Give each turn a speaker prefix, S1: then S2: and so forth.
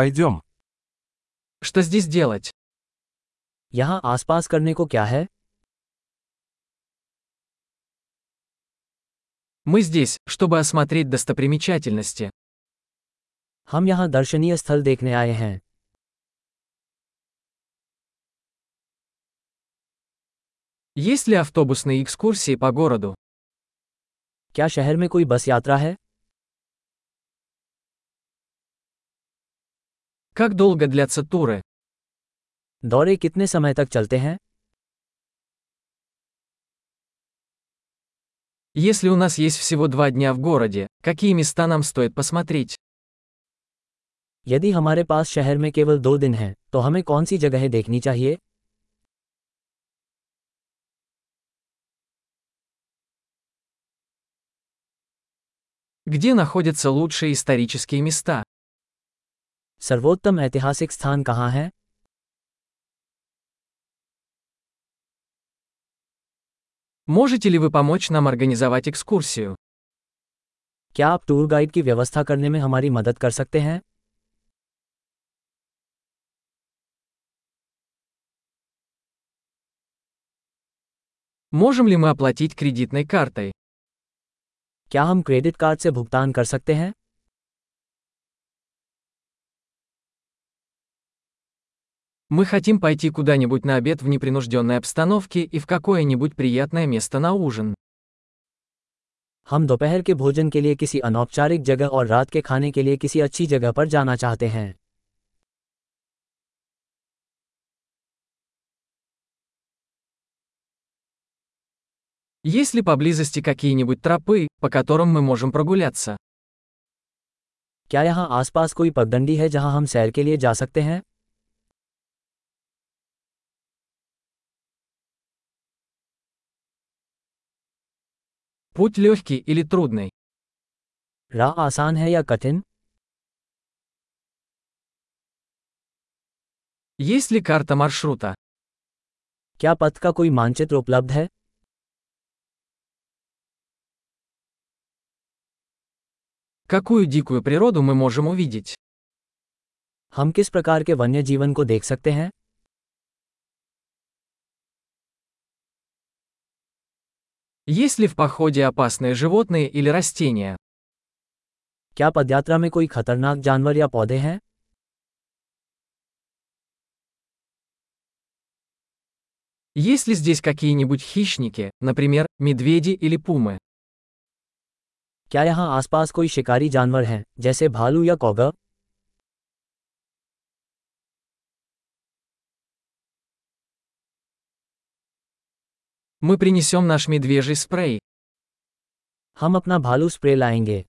S1: Пойдем.
S2: Что здесь делать?
S3: यहाँ आसपास करने को क्या है
S2: Мы здесь, чтобы осмотреть достопримечательности.
S3: हम यहाँ दर्शनीय स्थल देखने आए हैं
S2: Есть ли автобусные экскурсии по городу?
S3: क्या शहर में कोई बस यात्रा है
S2: Как долго длятся туры?
S3: दौरे कितने समय तक चलते हैं
S2: Если у нас есть всего два дня в городе, какие места нам стоит посмотреть?
S3: यदि हमारे पास शहर में केवल दो दिन हैं तो हमें कौन सी जगहें देखनी चाहिए
S2: Где находятся лучшие исторические места?
S3: सर्वोत्तम ऐतिहासिक स्थान कहाँ है
S2: Можете ли вы помочь нам организовать экскурсию?
S3: क्या आप टूर गाइड की व्यवस्था करने में हमारी मदद कर सकते हैं
S2: Можем ли мы оплатить кредитной картой?
S3: क्या हम क्रेडिट कार्ड से भुगतान कर सकते हैं
S2: Мы хотим пойти куда-нибудь на обед в непринужденной обстановке и в какое-нибудь приятное место на ужин.
S3: हम दोपहर के भोजन के लिए किसी अनौपचारिक जगह और रात के खाने के लिए किसी अच्छी जगह पर जाना चाहते हैं
S2: Есть ли поблизости какие-нибудь тропы, по которым мы можем прогуляться?
S3: क्या यहाँ आसपास कोई पगडंडी है जहाँ हम सैर के लिए जा सकते हैं
S2: Путь легкий или трудный?
S3: राह आसान है या कठिन
S2: Есть ли карта маршрута?
S3: क्या पथ का कोई मानचित्र उपलब्ध है
S2: Какую дикую природу мы можем увидеть?
S3: हम किस प्रकार के वन्य जीवन को देख सकते हैं
S2: Есть ли в походе опасные животные или растения?
S3: क्या पदयात्रा में कोई खतरनाक जानवर या पौधे हैं
S2: Есть ли здесь какие-нибудь хищники, например, медведи или пумы?
S3: क्या यहाँ आसपास कोई शिकारी जानवर हैं जैसे भालू या कौगा
S2: Мы принесем наш медвежий спрей.
S3: हम अपना भालू स्प्रे लाएंगे